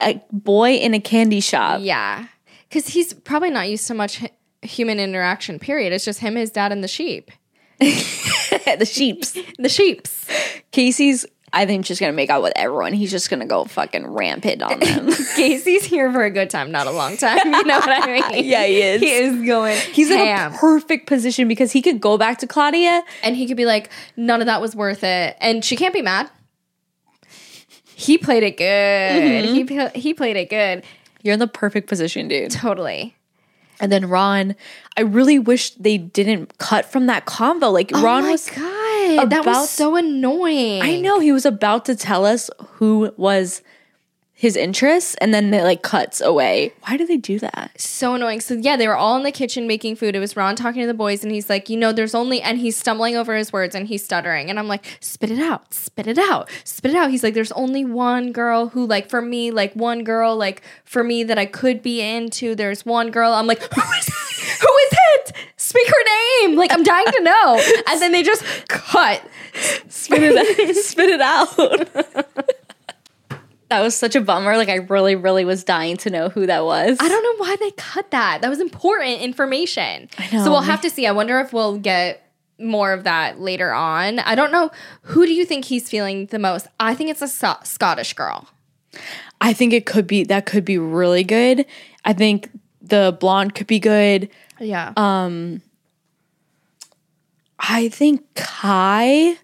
Speaker 2: a boy in a candy shop. <laughs>
Speaker 1: Yeah. Cuz he's probably not used to much hu- human interaction period. It's just him, his dad and the sheep.
Speaker 2: the sheeps.
Speaker 1: The sheeps.
Speaker 2: Casey's I think just gonna make out with everyone. He's just gonna go fucking rampant on them.
Speaker 1: <laughs> Casey's here for a good time, not a long time. You know what I mean?
Speaker 2: <laughs> Yeah, he is.
Speaker 1: He is going.
Speaker 2: He's in
Speaker 1: ham.
Speaker 2: a perfect position because he could go back to Claudia.
Speaker 1: and he could be like, none of that was worth it, and she can't be mad. He played it good.
Speaker 2: Mm-hmm.
Speaker 1: He pl- he played it good.
Speaker 2: You're in the perfect position, dude.
Speaker 1: Totally.
Speaker 2: And then Ron, I really wish they didn't cut from that convo. Like Ron
Speaker 1: Oh my
Speaker 2: was
Speaker 1: God, that
Speaker 2: about-
Speaker 1: was so annoying.
Speaker 2: I know he was about to tell us who was his interests and then it like cuts away. Why do they do that? <laughs>
Speaker 1: so annoying. So yeah, they were all in the kitchen making food. It was Ron talking to the boys, and he's like, you know, there's only, and he's stumbling over his words and he's stuttering. And I'm like, spit it out, spit it out, spit it out. He's like, there's only one girl who, like, for me, like one girl, like for me that I could be into. There's one girl. I'm like, who is it? Who is it? Speak her name. Like I'm dying to <laughs> know. And then they just cut.
Speaker 2: Spit it out. Spit it out. <laughs> that was such a bummer. Like I really, really was dying to know who that was.
Speaker 1: I don't know why they cut that. That was important information.
Speaker 2: know.
Speaker 1: So we'll have to see. I wonder if we'll get more of that later on. I don't know who do you think he's feeling the most. I think it's a so- Scottish girl.
Speaker 2: I think it could be that could be really good. I think the blonde could be good.
Speaker 1: Yeah.
Speaker 2: I think Kai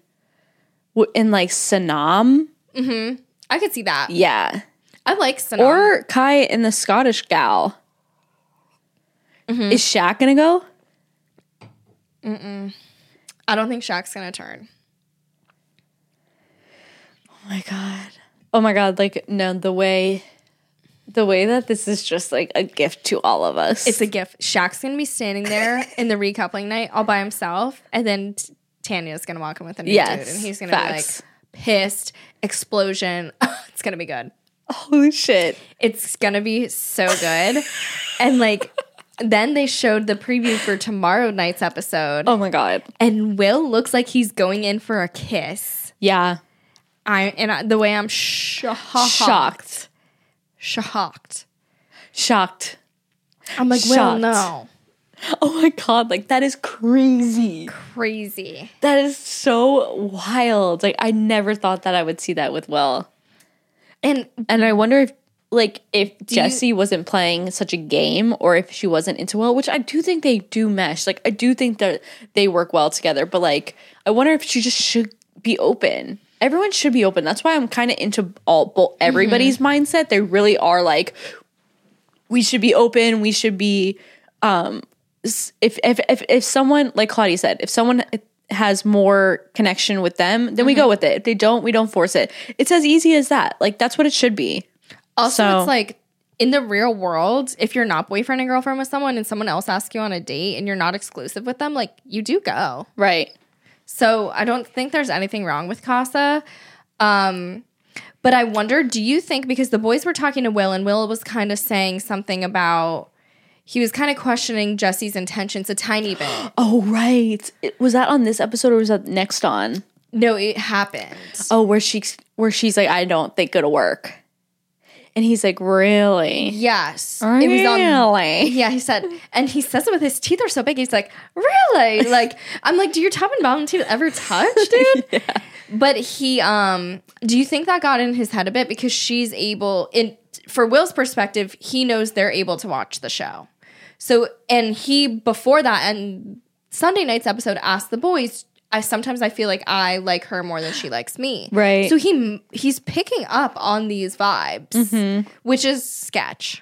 Speaker 2: w- and like Sanam.
Speaker 1: I could see that.
Speaker 2: Yeah.
Speaker 1: I like Sanam.
Speaker 2: Or Kai and the Scottish gal. Is Shaq gonna go?
Speaker 1: I don't think Shaq's gonna turn.
Speaker 2: Oh my god. Oh my god, like no, the way the way that this is just like a gift to all of us.
Speaker 1: It's a gift. Shaq's gonna be standing there <laughs> in the recoupling night all by himself, and then T- Tanya's gonna walk in with a new
Speaker 2: Yes,
Speaker 1: dude, and he's gonna
Speaker 2: facts.
Speaker 1: be like pissed explosion. <laughs> it's gonna be good.
Speaker 2: holy shit.
Speaker 1: It's gonna be so good, and like. Then they showed the preview for tomorrow night's episode,
Speaker 2: Oh my god.
Speaker 1: and Will looks like he's going in for a kiss.
Speaker 2: Yeah.
Speaker 1: I and I, the way I'm
Speaker 2: Uh-huh.
Speaker 1: shocked,
Speaker 2: Shocked.
Speaker 1: shocked.
Speaker 2: Shocked.
Speaker 1: I'm like, Will,
Speaker 2: Shocked.
Speaker 1: no,
Speaker 2: Oh my god, like that is crazy.
Speaker 1: crazy.
Speaker 2: That is so wild. Like I never thought that I would see that with Will.
Speaker 1: And
Speaker 2: And I wonder if like if
Speaker 1: you-
Speaker 2: Jessie wasn't playing such a game or if she wasn't into Will, which I do think they do mesh. Like I do think that they work well together, but like I wonder if she just should be open. Everyone should be open. That's why I'm kind of into all bo- everybody's mindset. They really are like we should be open, we should be s- if if if, if someone like Claudia said, if someone has more connection with them, then we go with it. If they don't, we don't force it. It's as easy as that. Like that's what it should be.
Speaker 1: Also,
Speaker 2: So-
Speaker 1: it's like in the real world, if you're not boyfriend and girlfriend with someone and someone else asks you on a date and you're not exclusive with them, like you do go.
Speaker 2: Right.
Speaker 1: So I don't think there's anything wrong with Casa. Um, but I wonder, do you think because the boys were talking to Will and Will was kind of saying something about he was kind of questioning Jesse's intentions a tiny bit. <gasps>
Speaker 2: Oh, right. It- was that on this episode or was that next on?
Speaker 1: no, it happened.
Speaker 2: Oh, where she's where she's like, I don't think it'll work, and he's like, really,
Speaker 1: Yes,
Speaker 2: really.
Speaker 1: it was on <laughs> Yeah, he said, and he says it with his teeth are so big. He's like, really? Like, I'm like, do your top and bottom teeth ever touch, dude? But he, um, do you think that got in his head a bit because she's able in for Will's perspective, he knows they're able to watch the show. So, and he before that and Sunday night's episode asked the boys. I sometimes I feel like I like her more than she likes me.
Speaker 2: Right.
Speaker 1: So he he's picking up on these vibes, which is sketch.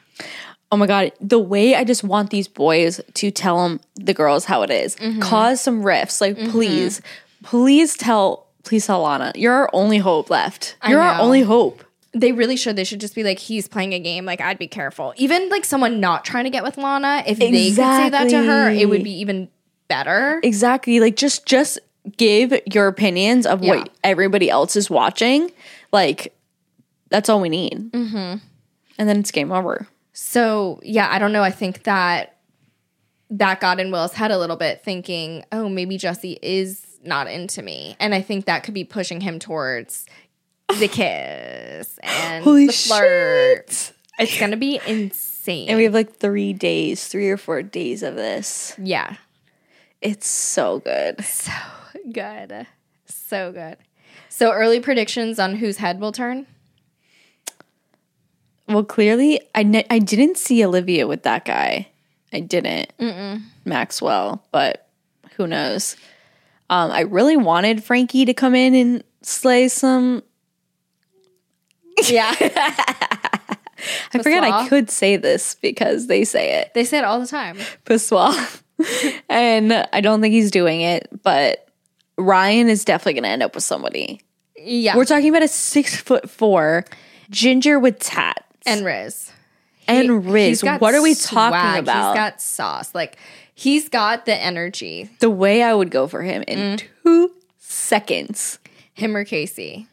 Speaker 2: Oh my god, the way I just want these boys to tell them the girls how it is. Cause some rifts, like please, please tell, please tell Lana, you're our only hope left. You're our
Speaker 1: know.
Speaker 2: only hope.
Speaker 1: They really should. They should just be like, he's playing a game. Like, I'd be careful. Even like someone not trying to get with Lana, if they could say that to her, it would be even better.
Speaker 2: Exactly. Like just, just give your opinions of
Speaker 1: Yeah.
Speaker 2: what everybody else is watching. Like that's all we need. Mm-hmm. And then it's game over.
Speaker 1: So, yeah, I don't know. I think that that got in Will's head a little bit, thinking, oh, maybe Jesse is not into me. And I think that could be pushing him towards the
Speaker 2: <gasps>
Speaker 1: kiss and
Speaker 2: Holy
Speaker 1: the flirt. It's going to be insane.
Speaker 2: And we have like three days, three or four days of this.
Speaker 1: yeah.
Speaker 2: It's so good.
Speaker 1: Good. So good. So, early predictions on whose head will
Speaker 2: <laughs>
Speaker 1: turn?
Speaker 2: Well, clearly, I ne- I didn't see Olivia with that guy. I didn't Maxwell, but who knows? Um, I really wanted Frankie to come in and slay some.
Speaker 1: Yeah.
Speaker 2: I forgot
Speaker 1: Patois?
Speaker 2: I could say this because they say it,
Speaker 1: They say it all the time.
Speaker 2: Paswell, <laughs> and I don't think he's doing it. But Ryan is definitely going to end up with somebody.
Speaker 1: Yeah.
Speaker 2: We're talking about a six foot four ginger with tat
Speaker 1: and Riz.
Speaker 2: and Riz.
Speaker 1: He's got
Speaker 2: What are we
Speaker 1: swag.
Speaker 2: talking about?
Speaker 1: He's got sauce. Like he's got the energy.
Speaker 2: the way I would go for him in
Speaker 1: Mm.
Speaker 2: two seconds.
Speaker 1: Him or Casey.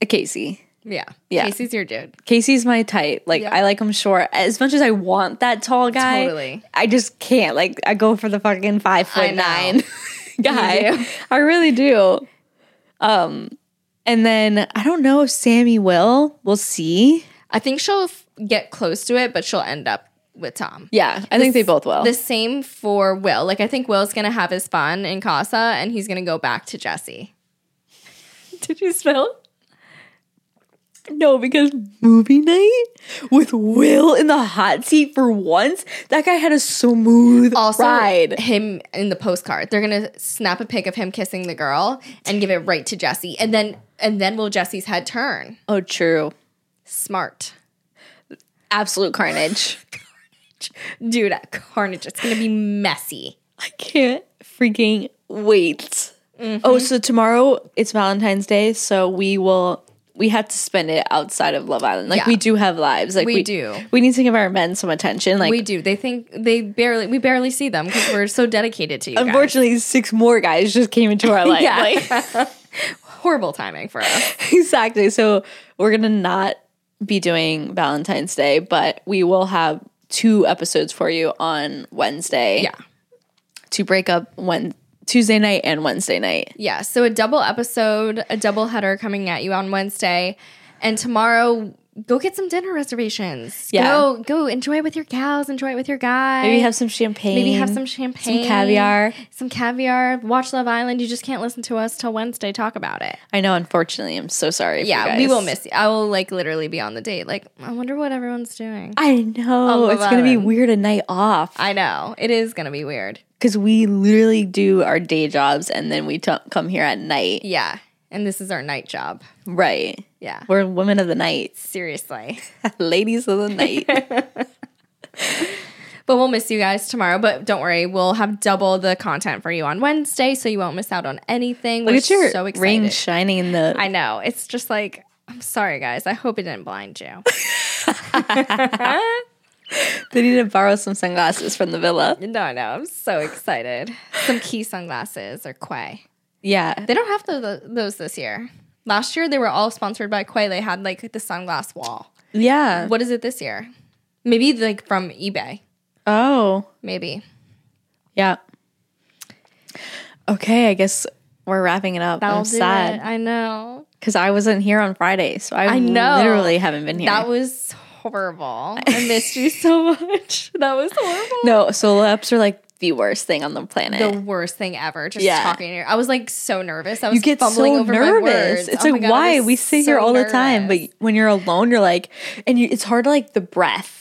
Speaker 2: Uh, Casey.
Speaker 1: Yeah.
Speaker 2: Yeah.
Speaker 1: Casey's your dude.
Speaker 2: Casey's my type. Like
Speaker 1: Yeah.
Speaker 2: I like him short. As much as I want that tall guy,
Speaker 1: Totally.
Speaker 2: I just can't. Like I go for the fucking five foot
Speaker 1: know.
Speaker 2: nine <laughs> guy.
Speaker 1: do.
Speaker 2: I really do. Um, and then I don't know if Sammy will. We'll see.
Speaker 1: I think she'll f- get close to it, but she'll end up with Tom.
Speaker 2: Yeah, I think they both will.
Speaker 1: The same for Will. Like I think Will's gonna have his fun in Casa and he's gonna go back to Jesse. <laughs> Did you smell?
Speaker 2: no, because movie night with Will in the hot seat for once, that guy had a smooth
Speaker 1: Also,
Speaker 2: ride.
Speaker 1: him in the postcard. They're gonna snap a pic of him kissing the girl and give it right to Jesse, and then and then will Jesse's head turn?
Speaker 2: Oh, true.
Speaker 1: Smart,
Speaker 2: Absolute carnage.
Speaker 1: dude. Carnage. It's gonna be messy.
Speaker 2: I can't freaking wait.
Speaker 1: Mm-hmm.
Speaker 2: Oh, so tomorrow it's Valentine's Day, so we will we have to spend it outside of Love Island. Like
Speaker 1: Yeah.
Speaker 2: we do have lives. Like
Speaker 1: We do.
Speaker 2: We need to give our men some attention. Like
Speaker 1: We do. They think they barely. We barely see them because we're so dedicated to you. guys.
Speaker 2: unfortunately, six more guys just came
Speaker 1: <laughs>
Speaker 2: into our life.
Speaker 1: Yeah.
Speaker 2: Like,
Speaker 1: <laughs>
Speaker 2: <laughs>
Speaker 1: horrible timing for us.
Speaker 2: exactly. So we're gonna not be doing Valentine's Day, but we will have two episodes for you on Wednesday.
Speaker 1: Yeah.
Speaker 2: To break up when Tuesday night and Wednesday night.
Speaker 1: Yeah, so a double episode, a double header coming at you on Wednesday, and tomorrow go get some dinner reservations.
Speaker 2: Yeah.
Speaker 1: go go enjoy it with your gals, enjoy it with your guys.
Speaker 2: Maybe have some champagne.
Speaker 1: Maybe have some champagne,
Speaker 2: caviar.
Speaker 1: some caviar. Watch Love Island. You just can't listen to us till Wednesday. Talk about it.
Speaker 2: I know, unfortunately, I'm so sorry. for you
Speaker 1: Yeah, we
Speaker 2: guys.
Speaker 1: will miss you. I will like literally be on the date. Like, I wonder what everyone's doing.
Speaker 2: I know.
Speaker 1: Love
Speaker 2: it's going to be
Speaker 1: Island.
Speaker 2: weird a night off
Speaker 1: I know it is gonna be weird.
Speaker 2: because we literally do our day jobs and then we t- come here at night.
Speaker 1: Yeah, and this is our night job.
Speaker 2: Right.
Speaker 1: Yeah,
Speaker 2: We're women of the
Speaker 1: <laughs>
Speaker 2: night,
Speaker 1: seriously.
Speaker 2: ladies of
Speaker 1: <laughs>
Speaker 2: the night.
Speaker 1: But we'll miss you guys tomorrow. But don't worry, we'll have double the content for you on Wednesday, so you won't miss out on anything.
Speaker 2: Look
Speaker 1: We're
Speaker 2: at your
Speaker 1: so excited.
Speaker 2: ring shining in the.
Speaker 1: I know. It's just like, I'm sorry, guys. I hope it didn't blind you. <laughs>
Speaker 2: they need to borrow some sunglasses from the villa.
Speaker 1: no, I know. I'm so excited. Some key sunglasses or Quay.
Speaker 2: Yeah.
Speaker 1: They don't have tho- those this year. Last year, they were all sponsored by Quay. They had like the sunglass wall.
Speaker 2: Yeah.
Speaker 1: What is it this year? Maybe like from eBay.
Speaker 2: Oh.
Speaker 1: Maybe.
Speaker 2: Yeah. Okay, I guess we're wrapping it up.
Speaker 1: That'll
Speaker 2: I'm
Speaker 1: do it.
Speaker 2: sad
Speaker 1: I know.
Speaker 2: because I wasn't here on Friday, so I,
Speaker 1: I know.
Speaker 2: literally haven't been here.
Speaker 1: That was horrible. I missed you so much. <laughs> That was horrible.
Speaker 2: No, solo ups are like the worst thing on the planet.
Speaker 1: The worst thing ever. Just
Speaker 2: Yeah.
Speaker 1: talking to you. I was like so nervous. I was
Speaker 2: you get
Speaker 1: fumbling
Speaker 2: so
Speaker 1: over my
Speaker 2: nervous.
Speaker 1: words.
Speaker 2: It's
Speaker 1: Oh my
Speaker 2: like
Speaker 1: God, I
Speaker 2: why
Speaker 1: was
Speaker 2: we sit
Speaker 1: so
Speaker 2: here all the time, but
Speaker 1: nervous.
Speaker 2: when you're alone, you're like, and you, it's hard to like the breath.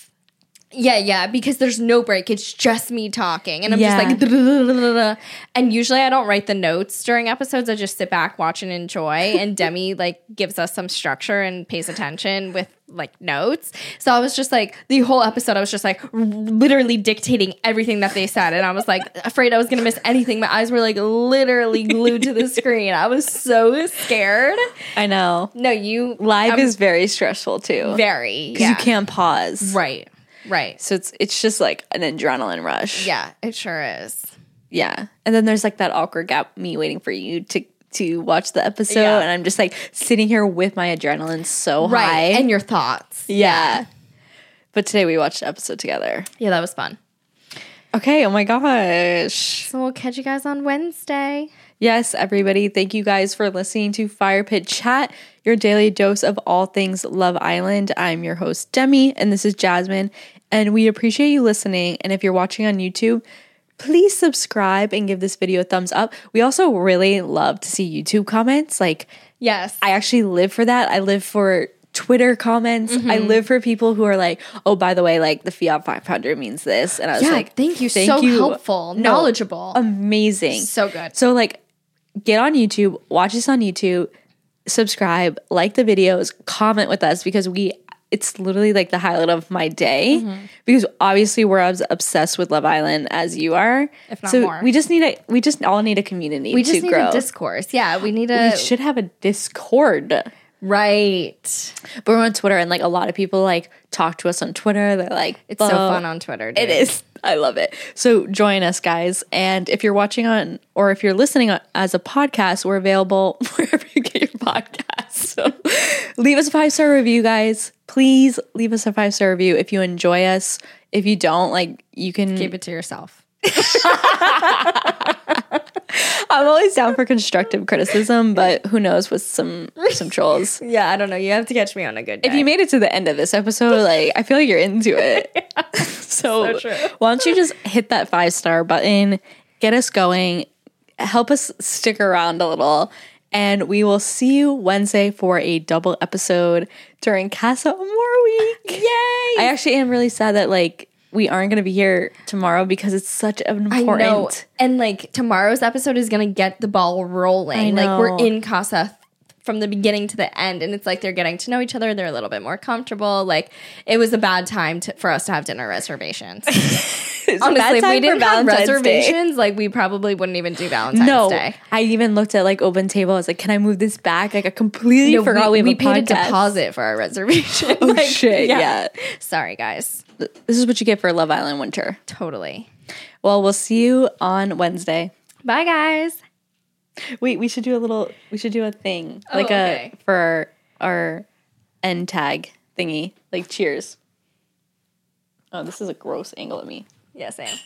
Speaker 1: yeah, yeah, because there's no break. It's just me talking, and I'm
Speaker 2: Yeah.
Speaker 1: just like, <laughs> and usually I don't write the notes during episodes. I just sit back, watch, and enjoy.
Speaker 2: <laughs>
Speaker 1: And Demi like gives us some structure and pays attention with like notes. So I was just like the whole episode. I was just like literally dictating everything that they said, and I was
Speaker 2: <laughs>
Speaker 1: like afraid I was gonna miss anything. My eyes were like literally glued
Speaker 2: <laughs>
Speaker 1: to the screen. I was so scared.
Speaker 2: I know.
Speaker 1: No, you
Speaker 2: Live
Speaker 1: I'm
Speaker 2: is very stressful too
Speaker 1: very
Speaker 2: because
Speaker 1: yeah.
Speaker 2: you can't pause.
Speaker 1: right, right.
Speaker 2: So it's it's just like an adrenaline rush.
Speaker 1: Yeah, it sure is.
Speaker 2: Yeah. And then there's like that awkward gap, me waiting for you to to watch the episode,
Speaker 1: Yeah.
Speaker 2: and I'm just like sitting here with my adrenaline so high.
Speaker 1: right and your thoughts
Speaker 2: yeah. But today we watched the episode together.
Speaker 1: yeah that was fun
Speaker 2: Okay. Oh my gosh.
Speaker 1: so we'll catch you guys on wednesday
Speaker 2: Yes, everybody. Thank you guys for listening to Fire Pit Chat, your daily dose of all things Love Island. I'm your host, Demi, and this is Jasmine. And we appreciate you listening. And if you're watching on YouTube, please subscribe and give this video a thumbs up. We also really love to see YouTube comments. Like,
Speaker 1: yes
Speaker 2: I actually live for that. I live for Twitter comments. I
Speaker 1: Mm-hmm.
Speaker 2: live for people who are like, oh, by the way, like the Fiat 500 means this. And I was
Speaker 1: yeah
Speaker 2: like,
Speaker 1: thank you
Speaker 2: thank
Speaker 1: so
Speaker 2: you.
Speaker 1: helpful
Speaker 2: No. Um,
Speaker 1: knowledgeable
Speaker 2: amazing.
Speaker 1: so good
Speaker 2: So like get on YouTube, watch us on YouTube, subscribe, like the videos, comment with us because we it's literally like the highlight of my day
Speaker 1: Mm-hmm.
Speaker 2: because obviously we're as obsessed with Love Island as you are.
Speaker 1: If not
Speaker 2: so
Speaker 1: more.
Speaker 2: we just need a we just all need a community
Speaker 1: we just
Speaker 2: to
Speaker 1: need
Speaker 2: grow.
Speaker 1: a discourse yeah we need
Speaker 2: we
Speaker 1: a
Speaker 2: should have a Discord. But
Speaker 1: right
Speaker 2: we're on Twitter and like a lot of people like talk to us on Twitter. They're like
Speaker 1: it's so fun on twitter dude.
Speaker 2: it is. I love it. So join us, guys. And if you're watching on, or if you're listening on, as a podcast, we're available <laughs> wherever you get your podcasts. So leave us a five star review, guys. Please leave us a five star review if you enjoy us.
Speaker 1: <laughs>
Speaker 2: If you don't, like, you can.
Speaker 1: keep it to yourself
Speaker 2: I'm always down for constructive criticism, but who knows with some some trolls.
Speaker 1: Yeah, I don't know. You have to catch me on a good day.
Speaker 2: If you made it to the end of this episode, like I feel like you're
Speaker 1: <laughs>
Speaker 2: into it. <laughs> so
Speaker 1: So true.
Speaker 2: why don't you just hit that five star button, get us going, help us stick around a little, and we will see you Wednesday for a double episode during Casa Amor week.
Speaker 1: <laughs> Yay!
Speaker 2: I actually am really sad that like we aren't going to be here tomorrow because it's such an
Speaker 1: I
Speaker 2: important.
Speaker 1: know. And like tomorrow's episode is gonna get the ball rolling.
Speaker 2: I
Speaker 1: Like we're
Speaker 2: know.
Speaker 1: in Casa th- from the beginning to the end, and it's like they're getting to know each other. They're a little bit more comfortable. Like it was a bad time to, for us to have dinner
Speaker 2: <laughs>
Speaker 1: reservations.
Speaker 2: It's a bad
Speaker 1: Honestly, if
Speaker 2: time
Speaker 1: we
Speaker 2: for
Speaker 1: didn't have
Speaker 2: Valentine's Day.
Speaker 1: reservations, like we probably wouldn't even do Valentine's
Speaker 2: No,
Speaker 1: Day.
Speaker 2: I even looked at like Open Table. I was like, "Can I move this back?" Like I completely
Speaker 1: No,
Speaker 2: forgot we, have
Speaker 1: paid a
Speaker 2: podcast.
Speaker 1: deposit for our
Speaker 2: <laughs>
Speaker 1: reservation. Oh
Speaker 2: shit, yeah.
Speaker 1: Sorry, guys.
Speaker 2: This is what you get for Love Island Winter.
Speaker 1: Totally.
Speaker 2: Well, we'll see you on Wednesday.
Speaker 1: Bye, guys.
Speaker 2: Wait, we should do a little. We should do a thing like
Speaker 1: okay.
Speaker 2: a for our, our end tag thingy. Like cheers. Oh, this is a gross angle at me.
Speaker 1: Yes, Sam.